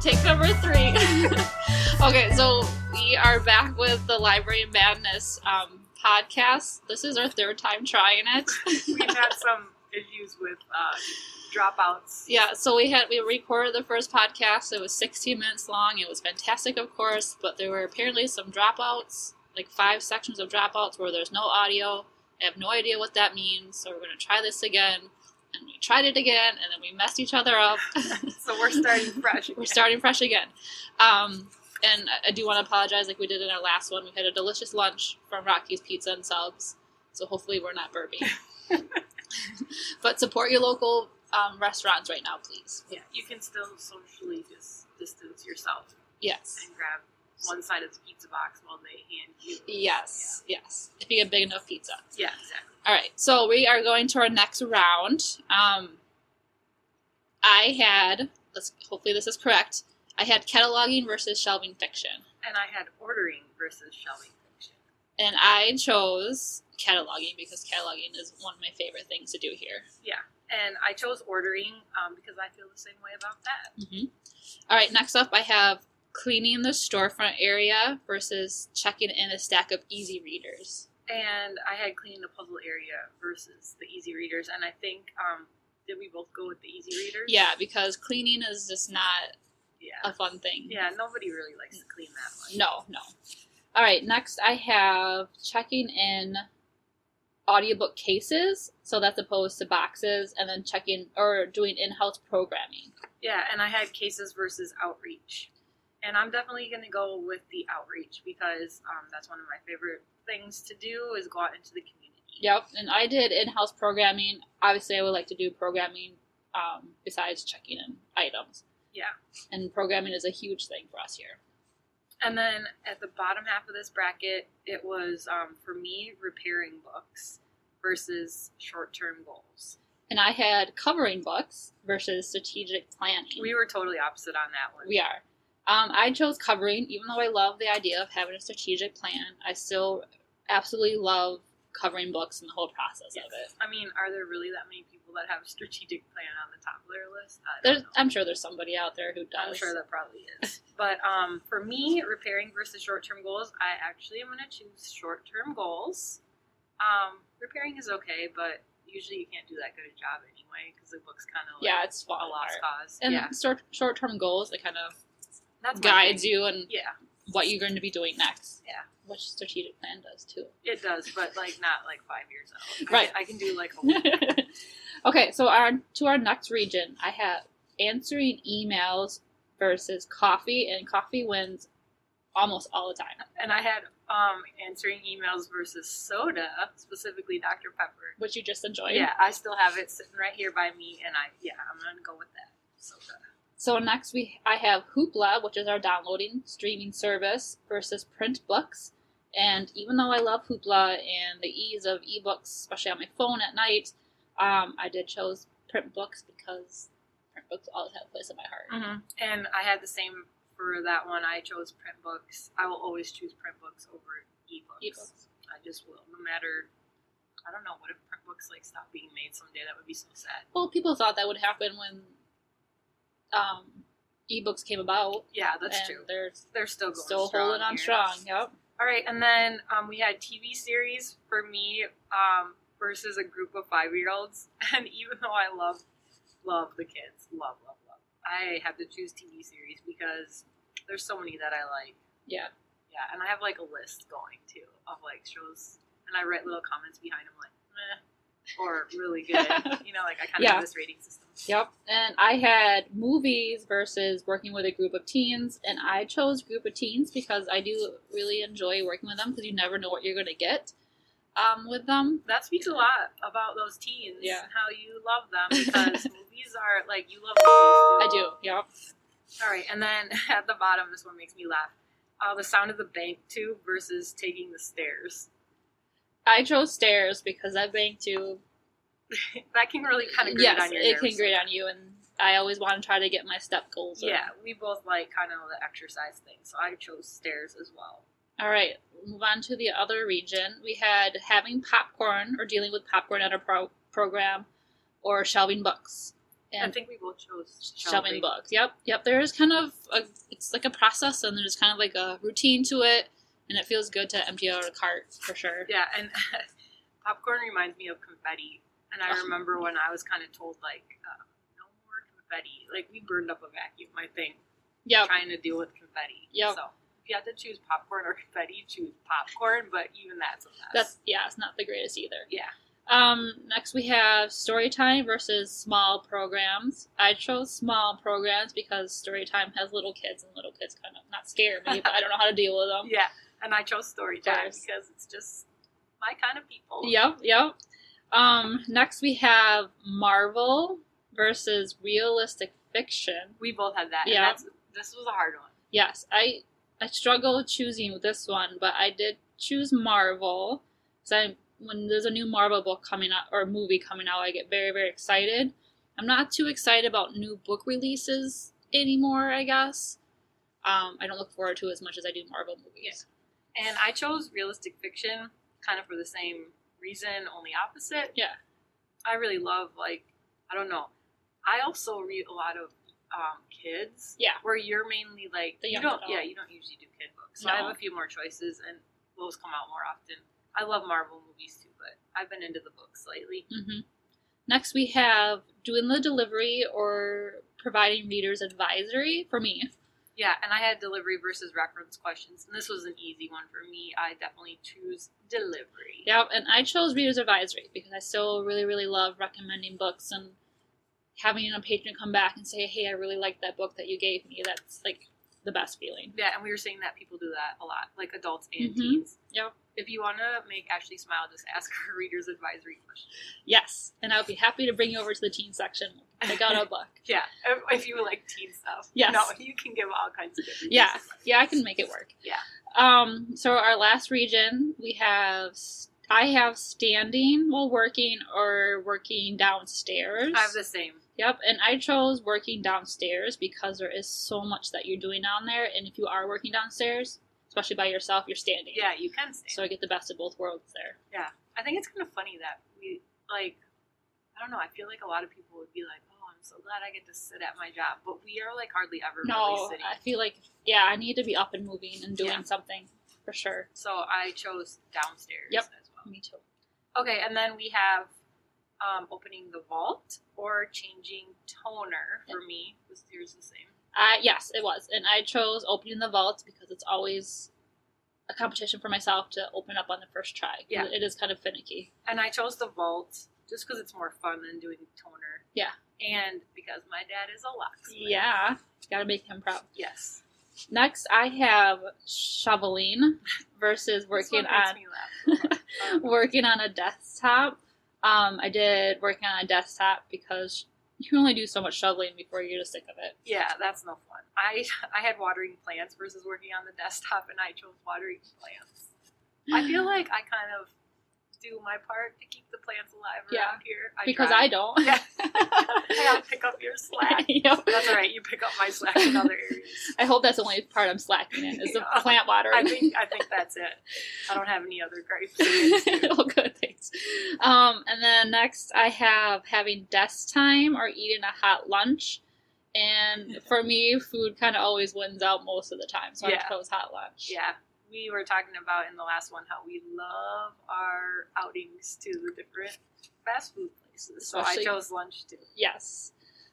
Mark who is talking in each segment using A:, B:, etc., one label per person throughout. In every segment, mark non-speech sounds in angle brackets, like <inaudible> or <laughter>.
A: take number three. <laughs> okay, so we are back with the Library of Madness um, podcast. This is our third time trying it. <laughs>
B: We've had some issues with uh, dropouts.
A: Yeah, so we had we recorded the first podcast. It was 16 minutes long. It was fantastic, of course, but there were apparently some dropouts, like five sections of dropouts where there's no audio. I have no idea what that means, so we're going to try this again. And we tried it again, and then we messed each other up.
B: So we're starting
A: <laughs>
B: fresh.
A: We're
B: again.
A: starting fresh again. Um, and I- I do want to apologize, like we did in our last one. We had a delicious lunch from Rocky's Pizza and Subs, so hopefully we're not burping. but support your local um, restaurants right now, please.
B: Yeah, you can still socially dis- distance yourself
A: Yes.
B: and grab one side of the pizza box while they hand you.
A: Yes. Yes. If you get big enough pizza.
B: Yeah, exactly.
A: All right, so we are going to our next round. Um, I had, let's, hopefully this is correct. I had cataloging versus shelving fiction,
B: And I had ordering versus shelving fiction.
A: and I chose cataloging because cataloging is one of my favorite things to do here.
B: And I chose ordering um, because I feel the same way about that.
A: Mhm. All right, next up I have cleaning the storefront area versus checking in a stack of easy readers.
B: And I had cleaning the puzzle area versus the easy readers. And I think, um, did we both go with the easy readers?
A: Yeah, because cleaning is just not
B: Yeah.
A: a fun thing.
B: Yeah, nobody really likes to clean that one.
A: No, no. All right, next I have checking in audiobook cases. So that's opposed to boxes, and then checking or doing in house programming.
B: Yeah, and I had cases versus outreach. And I'm definitely going to go with the outreach because um, that's one of my favorite things to do is go out into the community.
A: Yep, and I did in house programming. Obviously, I would like to do programming um, besides checking in items.
B: Yeah.
A: And programming is a huge thing for us here.
B: And then at the bottom half of this bracket, it was um, for me repairing books versus short term goals.
A: And I had covering books versus strategic planning.
B: We were totally opposite on that one.
A: We are. Um, I chose covering, even though I love the idea of having a strategic plan. I still absolutely love covering books and the whole process
B: Yes.
A: of it.
B: I mean, are there really that many people that have strategic plan on the top of their list? I don't
A: There's,
B: know.
A: I'm sure there's somebody out there who does.
B: I'm sure that probably is. But um, for me, repairing versus short term goals, I actually am going to choose short term goals. Um, repairing is okay, but usually you can't do that good a job anyway because the book's kind of like
A: yeah, it's
B: a
A: fun.
B: lost
A: part.
B: cause.
A: And
B: yeah,
A: short short term goals, it kind of
B: that's my
A: guides
B: thing.
A: you and
B: Yeah,
A: what you're going to be doing next.
B: Yeah.
A: Which strategic plan does too. <laughs>
B: it does, but like not like five years out. I
A: Right.
B: can- I can do like a week.
A: okay, so our to our next region, I have answering emails versus coffee, and coffee wins almost all the time.
B: and I had um, answering emails versus soda, specifically Dr. Pepper.
A: which you just enjoyed.
B: Yeah, I still have it sitting right here by me, and I yeah, I'm gonna go with that soda.
A: So next we I have Hoopla, which is our downloading streaming service versus print books. And even though I love Hoopla and the ease of ebooks, especially on my phone at night, um, I did chose print books because print books always have a place in my heart.
B: hmm And I had the same for that one. I chose print books. I will always choose print books over ebooks.
A: Ebooks.
B: I just will, no matter. I don't know. What if print books like stop being made someday? That would be so sad.
A: Well, people thought that would happen when um, ebooks came about.
B: Yeah, that's
A: and
B: true.
A: They're
B: They're still going
A: still
B: strong
A: holding on
B: here.
A: strong. Yep.
B: All right, and then um, we had TV series for me um, versus a group of five year olds. <laughs> And even though I love love the kids, love love love, I have to choose TV series because there's so many that I like.
A: Yeah.
B: Yeah, and I have like a list going too of like shows, and I write little comments behind them like meh or
A: <laughs>
B: really good. you know, like I kind of
A: Yeah.
B: have this rating system.
A: Yep. And I had movies versus working with a group of teens, and I chose group of teens because I do really enjoy working with them because you never know what you're going to get um, with them.
B: That speaks a lot about those teens
A: Yeah.
B: and how you love
A: <laughs>
B: them because movies are like you love movies.
A: I do. Yep.
B: All right, and then <laughs> at the bottom, this one makes me laugh. Uh, the sound of the bank tube versus taking the stairs. <laughs>
A: I chose stairs because that bank too.
B: That can really kind of grate
A: yes,
B: on your
A: it can
B: nerves.
A: grate on you, and I always want to try to get my step goals. in.
B: Yeah, we both like kind of the exercise thing, so I chose stairs as well.
A: All right, move on to the other region. We had having popcorn or dealing with popcorn at a pro- program or shelving books.
B: I
A: and
B: think we both chose
A: shelving books. Yep, yep. There is kind of a, it's like a process, and there's kind of like a routine to it, and it feels good to empty out a cart for sure.
B: Yeah, and <laughs> popcorn reminds me of confetti. And I
A: Oh.
B: remember when I was kind of told like, uh, no more confetti. Like we burned up a vacuum, I think,
A: Yep,
B: trying to deal with confetti.
A: Yep.
B: So if you have to choose popcorn or <laughs> confetti, choose popcorn. But even that's a mess.
A: that's yeah, it's not the greatest either.
B: yeah.
A: Um, next we have story time versus small programs. I chose small programs because story time has little kids and little kids kind of not scare me, but I don't know how to deal
B: <laughs>
A: with <laughs> them.
B: Yeah, and I chose story time
A: Yes.
B: because it's just my kind of people.
A: Yep, yep. Um, next we have Marvel versus realistic fiction.
B: We both had that.
A: Yeah.
B: Yeah. And that's this was a hard one.
A: Yes, I I struggle choosing with this one, but I did choose Marvel. So I, when there's a new Marvel book coming out or movie coming out, I get very very excited. I'm not too excited about new book releases anymore. I guess um, I don't look forward to it as much as I do Marvel movies.
B: And I chose realistic fiction kind of for the same reason, only opposite.
A: Yeah.
B: I really love, like, I don't know. I also read a lot of um, kids.
A: Yeah.
B: Where you're mainly like,
A: The
B: you
A: young
B: don't,
A: adult.
B: yeah, you don't usually do kid books. So I
A: No.
B: have a few more choices and those come out more often. I love Marvel movies too, but I've been into the books lately.
A: hmm Next we have doing the delivery or providing readers advisory for me.
B: Yeah, and I had delivery versus reference questions, and this was an easy one for me. I definitely choose delivery.
A: Yeah, and I chose Reader's Advisory because I still really, really love recommending books and having a patron come back and say, hey, I really like that book that you gave me. That's like the best feeling.
B: Yeah, and we were saying that people do that a lot, like adults and
A: Mhm.
B: teens.
A: Yep.
B: If you want to make Ashley smile, just ask her <laughs> a reader's advisory question.
A: Yes, and I would be happy to bring you over to the teen section. Pick out a book.
B: Yeah, if- if you like teen stuff.
A: Yes.
B: No, you can give all kinds of different
A: Yeah,
B: reasons.
A: yeah, I can make it work.
B: Yeah.
A: Um. So our last region, we have. s- I have standing while working or working downstairs.
B: I have the same.
A: Yep, and I chose working downstairs because there is so much that you're doing down there, and if you are working downstairs, especially by yourself, you're standing.
B: Yeah, you can stay.
A: So I get the best of both worlds there.
B: I think it's kind of funny that we, like, I don't know, I feel like a lot of people would be like, oh, I'm so glad I get to sit at my job. But we are, like, hardly ever really
A: No,
B: sitting.
A: I feel like yeah, I need to be up and moving and doing
B: Yeah.
A: something for sure.
B: So I chose downstairs
A: Yep.
B: as well.
A: Me too.
B: Okay, and then we have um, opening the vault or changing toner for me. Was yours the same?
A: Uh, yes, it was, and I chose opening the vaults because it's always a competition for myself to open up on the first try.
B: Yeah.
A: it is kind of finicky.
B: And I chose the vault just because it's more fun than doing toner.
A: Yeah.
B: And because my dad is a locksmith.
A: Yeah, gotta make him proud.
B: Yes.
A: Next, I have shoveling versus
B: This
A: working
B: one makes
A: on
B: me laugh so much. Um,
A: working on <laughs> a desktop. Um, I did working on a desktop because you can only do so much shoveling before you're just sick of it.
B: yeah, that's no fun. I <laughs> I had watering plants versus working on the desktop, and I chose watering plants. I
A: <gasps>
B: feel like I kind of do my part to keep the plants alive
A: Yeah.
B: around here. I
A: because
B: drive.
A: I don't. <laughs>
B: Yeah. I <laughs> gotta pick up your slack.
A: Yep.
B: That's all right. You pick up my slack in other areas.
A: I hope that's the only part I'm slacking in is the
B: <laughs> Yeah.
A: plant watering.
B: I think I think that's it. I don't have any other gripes.
A: <laughs> All good things. Um, and then next, I have having desk time or eating a hot lunch. And for me, food kind of always wins out most of the time, so
B: Yeah.
A: I chose hot lunch.
B: Yeah, we were talking about in the last one how we love our outings to the different fast food places. So
A: Especially-
B: I chose lunch too.
A: Yes.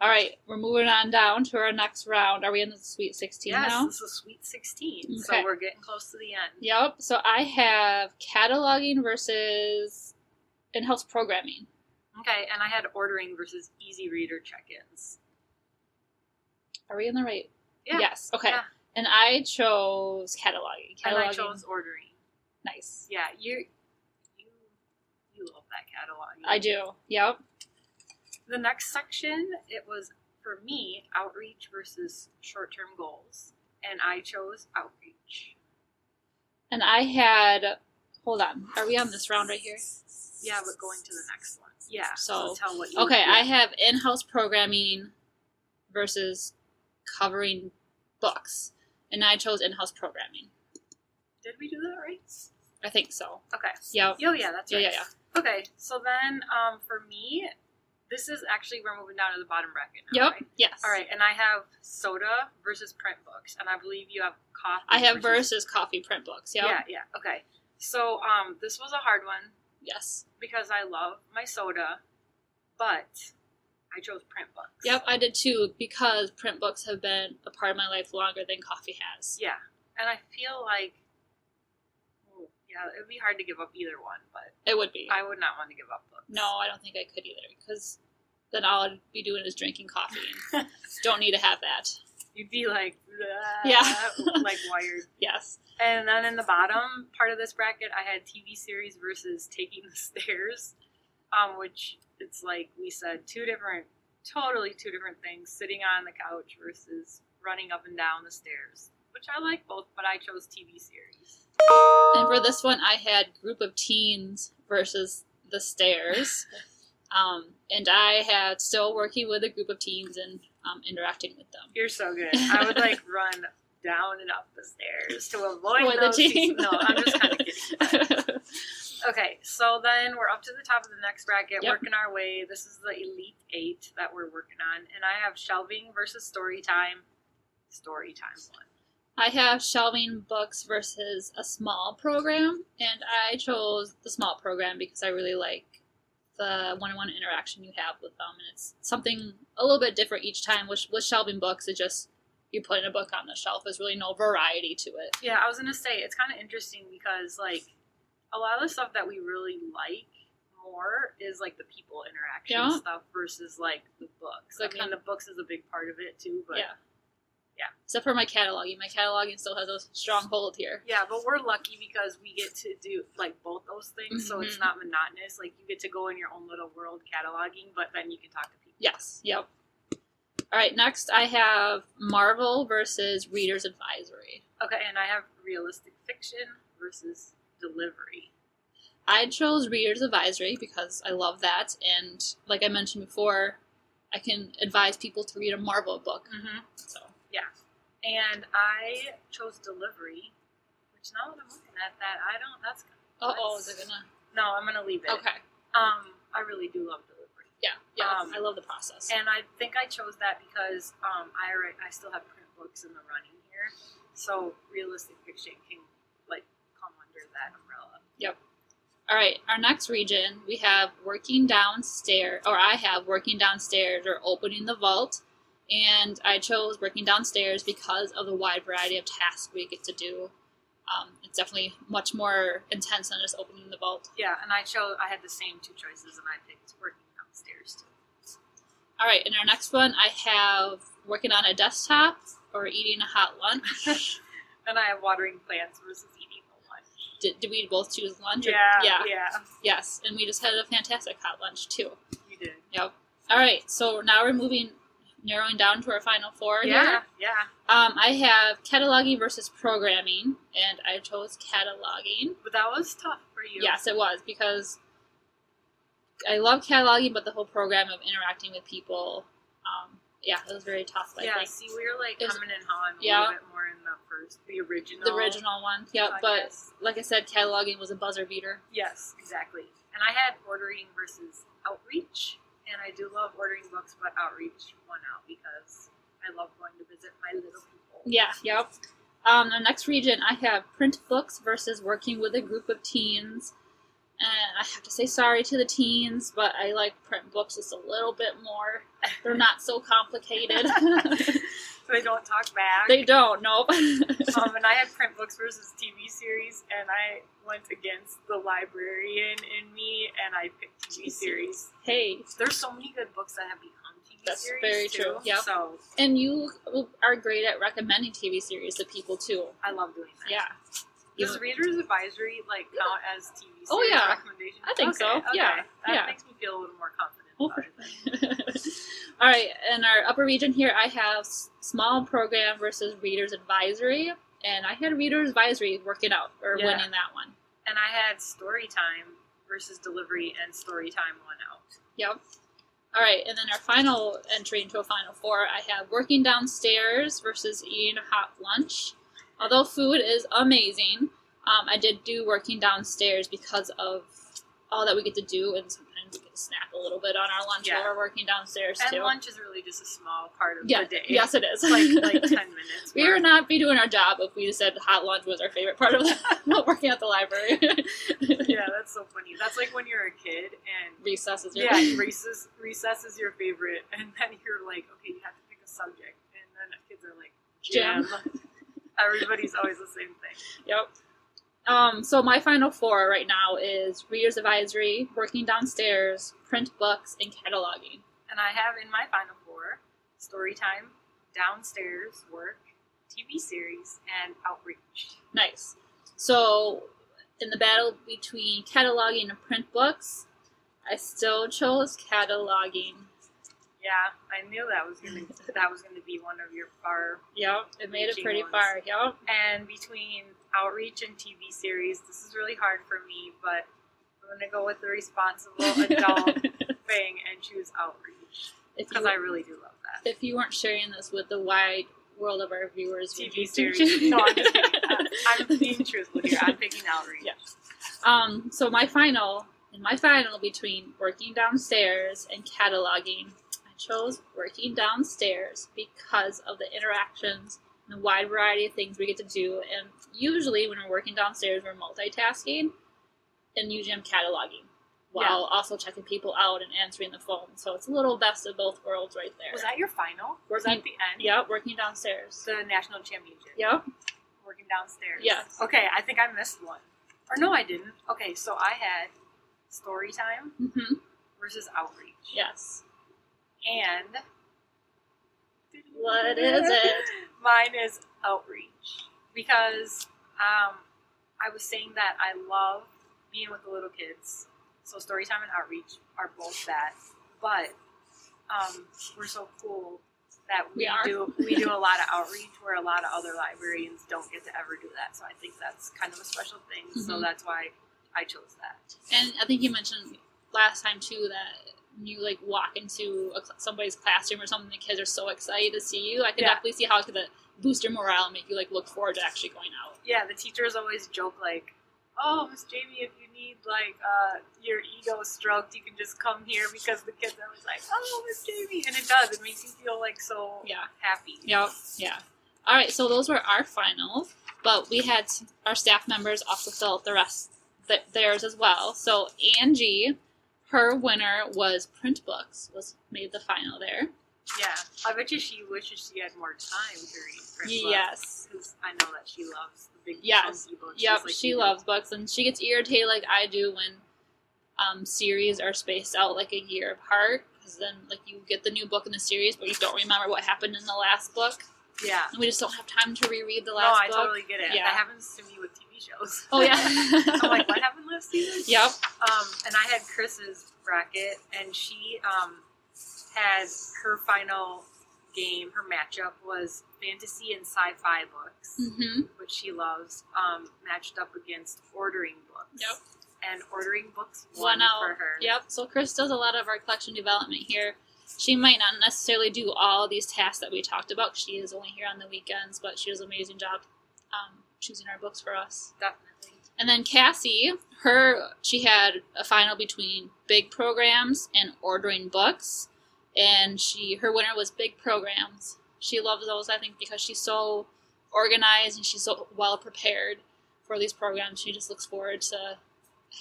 A: All right, we're moving on down to our next round. Are we in the Sweet 16
B: Yes,
A: now?
B: this is Sweet Sixteen, so
A: Okay.
B: we're getting close to the end.
A: Yep. So I have cataloging versus in house programming.
B: Okay, and I had ordering versus easy reader check-ins.
A: Are we in the right?
B: Yeah.
A: Yes. Okay.
B: Yeah.
A: And I chose cataloging. Cataloging.
B: And I chose ordering.
A: nice.
B: Yeah, you you you love that catalog.
A: I do. Yep.
B: The next section, it was for me outreach versus short term goals, and I chose outreach.
A: And I had. Hold on. Are we on this round right here?
B: Yeah, but going to the next one. Yeah.
A: So,
B: tell what you.
A: Okay.
B: yeah.
A: I have in house programming versus covering books, and I chose in house programming.
B: did we do that right?
A: I think so.
B: Okay.
A: Yep.
B: Oh yeah, that's
A: Yeah,
B: right.
A: yeah, yeah.
B: Okay, so then um, for me, This is actually we're moving down to the bottom bracket. Now,
A: Yep.
B: Right?
A: Yes.
B: All right, and I have soda versus print books, and I believe you have coffee.
A: I have versus coffee print books. Yep.
B: Yeah, yeah. Okay. So um, this was a hard one
A: Yes.
B: because I love my soda, but I chose print books.
A: Yep, I did too because print books have been a part of my life longer than coffee has.
B: Yeah, and I feel like, oh, yeah, it'd be hard to give up either one, but
A: It would be.
B: I would not want to give up books.
A: no, I don't think I could either because then all I'd be doing is drinking coffee
B: <laughs>
A: and don't need to have that.
B: you'd be like, "Bleh,"
A: Yeah. <laughs>
B: like wired.
A: Yes.
B: And then in the bottom part of this bracket, I had TV series versus Taking the Stairs, um, which it's like we said, two different, totally two different things: sitting on the couch versus running up and down the stairs. Which I like both, but I chose TV series.
A: And for this one, I had group of teens versus the
B: <laughs>
A: stairs. Um, and I had still working with a group of teens and um, interacting with them.
B: You're so good. I would like run down and up the stairs to avoid
A: Avoid the
B: those.
A: teens.
B: No, I'm just kind of
A: <laughs>
B: kidding. Okay, so then we're up to the top of the next bracket,
A: Yep.
B: working our way. This is the elite eight that we're working on, and I have shelving versus story time. Story time one.
A: I have shelving books versus a small program, and I chose the small program because I really like the one-on-one interaction you have with them, and it's something a little bit different each time. With with shelving books, it just you're putting a book on the shelf. There's really no variety to it.
B: Yeah, I was gonna say it's kind of interesting because like a lot of the stuff that we really like more is like the people interaction
A: Yeah.
B: stuff versus like the books.
A: The
B: I mean,
A: kind-
B: the books is a big part of it too, but
A: yeah,
B: yeah.
A: Except for my cataloging, my cataloging still has a strong hold here.
B: Yeah, but we're lucky because we get to do like both those things, so it's
A: Mhm.
B: not monotonous. Like you get to go in your own little world cataloging, but then you can talk to people.
A: Yes. Yep. All right. Next, I have Marvel versus Reader's Advisory.
B: Okay, and I have realistic fiction versus delivery.
A: I chose Reader's Advisory because I love that, and like I mentioned before, I can advise people to read a Marvel book.
B: Mm-hmm.
A: So
B: And I chose delivery, which now that I'm looking at that, I don't. That's
A: uh oh, is
B: Nice.
A: it gonna?
B: no, I'm gonna leave it.
A: Okay,
B: Um, I really do love delivery,
A: yeah, yeah.
B: Um,
A: I love the process.
B: and I think I chose that because um, I already, I still have print books in the running here, so realistic fiction can like come under that umbrella.
A: All right, our next region we have working downstairs, or I have working downstairs or opening the vault, and I chose working downstairs because of the wide variety of tasks we get to do. Um, it's definitely much more intense than just opening the vault.
B: Yeah, and I chose I had the same two choices, and I picked working downstairs too.
A: All right, in our next one, I have working on a desktop or eating a hot lunch.
B: And I have watering plants versus eating the lunch.
A: did, did we both choose lunch? or- yeah.
B: yeah.
A: Yes, and we just had a fantastic hot lunch, too.
B: You did.
A: Yep. All right, so now we're moving, narrowing down to our final four
B: Yeah,
A: here.
B: yeah.
A: Um, I have cataloging versus programming, and I chose cataloging.
B: But that was tough for you.
A: Yes, it was because I love cataloging, but the whole program of interacting with people, um, yeah, it was very tough. I
B: yeah.
A: think.
B: see, we were like
A: It was-
B: coming and hawing a
A: yeah.
B: little bit more in the first, the original.
A: the original one. Yep,
B: I
A: but
B: guess.
A: like I said, cataloging was a buzzer beater.
B: yes, exactly. And I had ordering versus outreach, and I do love ordering books, but outreach won out because I love going to visit my little people.
A: Yeah, yep. Um, the next region, I have print books versus working with a group of teens. And I have to say sorry to the teens, but I like print books just a little bit more. They're not so complicated.
B: So they don't talk back.
A: they don't, nope. <laughs>
B: um, and I had print books versus TV series, and I went against the librarian in me, and I picked TV series.
A: hey,
B: There's so many good books that have become TV
A: That's
B: series.
A: very
B: too,
A: true, yeah.
B: So
A: and you are great at recommending TV series to people too.
B: I love doing that.
A: Yeah. <laughs>
B: Does Reader's Advisory like count as TV series
A: Oh, yeah.
B: recommendation?
A: I think
B: okay,
A: so,
B: Okay.
A: yeah,
B: That
A: yeah.
B: makes me feel a little more confident.
A: Oh,
B: about
A: for-
B: it.
A: All right, in our upper region here, I have s- small program versus readers advisory, and I had readers advisory working out or
B: Yeah.
A: winning that one.
B: And I had story time versus delivery, and story time won out.
A: Yep. All right, and then our final entry into a final four, I have working downstairs versus eating a hot lunch. Although food is amazing, um, I did do working downstairs because of all that we get to do, and sometimes we get to snack a little bit on our lunch
B: Yeah.
A: while we're working downstairs
B: And
A: too.
B: lunch is really just a small part of
A: yeah,
B: the day.
A: yes, it is.
B: It's
A: <laughs>
B: like like ten minutes.
A: we
B: worth.
A: would not be doing our job if we said hot lunch was our favorite part of the, <laughs> not working at the library. <laughs>
B: yeah, that's so funny. That's like when you're a kid and
A: Recess is your
B: yeah, recess recess is your favorite, and then you're like, okay, you have to pick a subject, and then the kids are like,
A: Jam.
B: jam. <laughs> Everybody's always the same thing.
A: Yep. Um, so my final four right now is readers advisory, working downstairs, print books, and cataloging.
B: And I have in my final four story time, downstairs work, TV series, and outreach.
A: Nice. So in the battle between cataloging and print books, I still chose cataloging.
B: Yeah, I knew that was gonna that was gonna be one of your far.
A: Yep, it made it
B: Reaching
A: pretty
B: ones.
A: far.
B: <laughs>
A: Yep.
B: And between outreach and TV series, this is really hard for me, but I'm gonna go with the <laughs> responsible adult thing and choose outreach
A: <laughs> if
B: because
A: you
B: I really do love that.
A: if you weren't sharing this with the wide world of our viewers, would you
B: TV
A: do-
B: series. No,
A: <laughs>
B: I'm just kidding. I'm being truthful here. I'm picking outreach.
A: Yeah. Um, so my final, in my final between working downstairs and cataloging, I chose working downstairs because of the interactions and the wide variety of things we get to do. And usually, when we're working downstairs, we're multitasking, and usually I'm cataloging while also checking people out and answering the phone. So it's a little best of both worlds right there.
B: Was that your final? Was that
A: Mm.
B: the end?
A: Yep, working downstairs.
B: The national championship.
A: Yep.
B: working downstairs.
A: Yes.
B: Okay, I think I missed one. Or no, I didn't. Okay, so I had story time
A: hmm
B: versus outreach.
A: Yes.
B: And
A: What is it?
B: Mine is outreach because um, I was saying that I love being with the little kids. So story time and outreach are both that, but um, we're so cool that we,
A: We are.
B: do we do a lot of outreach where a lot of other librarians don't get to ever do that. So I think that's kind of a special thing. So
A: Mhm.
B: that's why I chose that.
A: And I think you mentioned last time too that when you like walk into a, cl- somebody's classroom or something, the kids are so excited to see you. I can
B: Yeah.
A: definitely see how it could like, boost your morale and make you like look forward to actually going out.
B: Yeah, the teachers always joke like, "Oh, Miss Jamie, if you need like uh, your ego stroked, you can just come here because the kids are always like, oh, Miss Jamie,' and it does. It makes you feel like so
A: Yeah.
B: happy.
A: Yep. Yeah. All right. So those were our finals, but we had s- our staff members also fill out the rest th- theirs as well. So Angie, her winner was print books. Was made the final there.
B: Yeah, I bet you she wishes she had more time to read.
A: Yes.
B: because I know that she loves the big
A: Yes.
B: chunky books.
A: Yep,
B: just like
A: she
B: you do.
A: loves books, and she gets irritated like I do when um, series are spaced out like a year apart. Because then, like, you get the new book in the series, but you don't remember what happened in the last book,
B: Yeah.
A: and we just don't have time to reread the
B: No,
A: last
B: I
A: book.
B: totally get it.
A: Yeah.
B: That happens to me with TV shows.
A: Oh
B: <laughs> I'm like,
A: yeah.
B: what happened last season?
A: <laughs> yep.
B: Um, and I had Chris's bracket, and she um, had her final game. Her matchup was fantasy and sci-fi books,
A: hmm
B: which she loves, um, matched up against ordering books.
A: Yep.
B: And ordering books won
A: One out.
B: for her.
A: Yep. So Chris does a lot of our collection development here. She might not necessarily do all these tasks that we talked about. She is only here on the weekends, but she does an amazing job um, choosing our books for us.
B: Definitely.
A: And then Cassie, her she had a final between big programs and ordering books, and she her winner was big programs. She loves those, I think, because she's so organized and she's so well prepared for these programs. She just looks forward to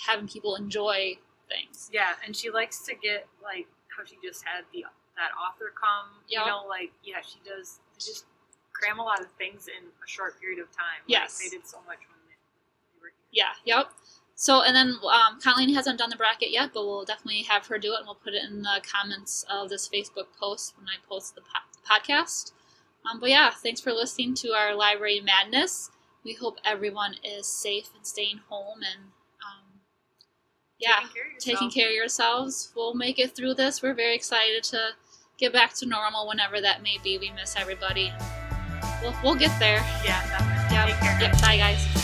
A: having people enjoy things.
B: Yeah, and she likes to get like how she just had the that author come.
A: Yep.
B: You know, like yeah, she does they just cram a lot of things in a short period of time. Like,
A: Yes.
B: they did so much when they, they were here.
A: Yeah, yep. So and then um, Colleen hasn't done the bracket yet, but we'll definitely have her do it, and we'll put it in the comments of this Facebook post when I post the po- podcast. Um, but yeah, thanks for listening to our library madness. We hope everyone is safe and staying home and um, yeah,
B: Taking care of yourself.
A: taking care of yourselves. We'll make it through this. We're very excited to get back to normal whenever that may be. We miss everybody. We'll, we'll get there.
B: Yeah, definitely.
A: Yep.
B: Take care.
A: Yep. Bye, guys.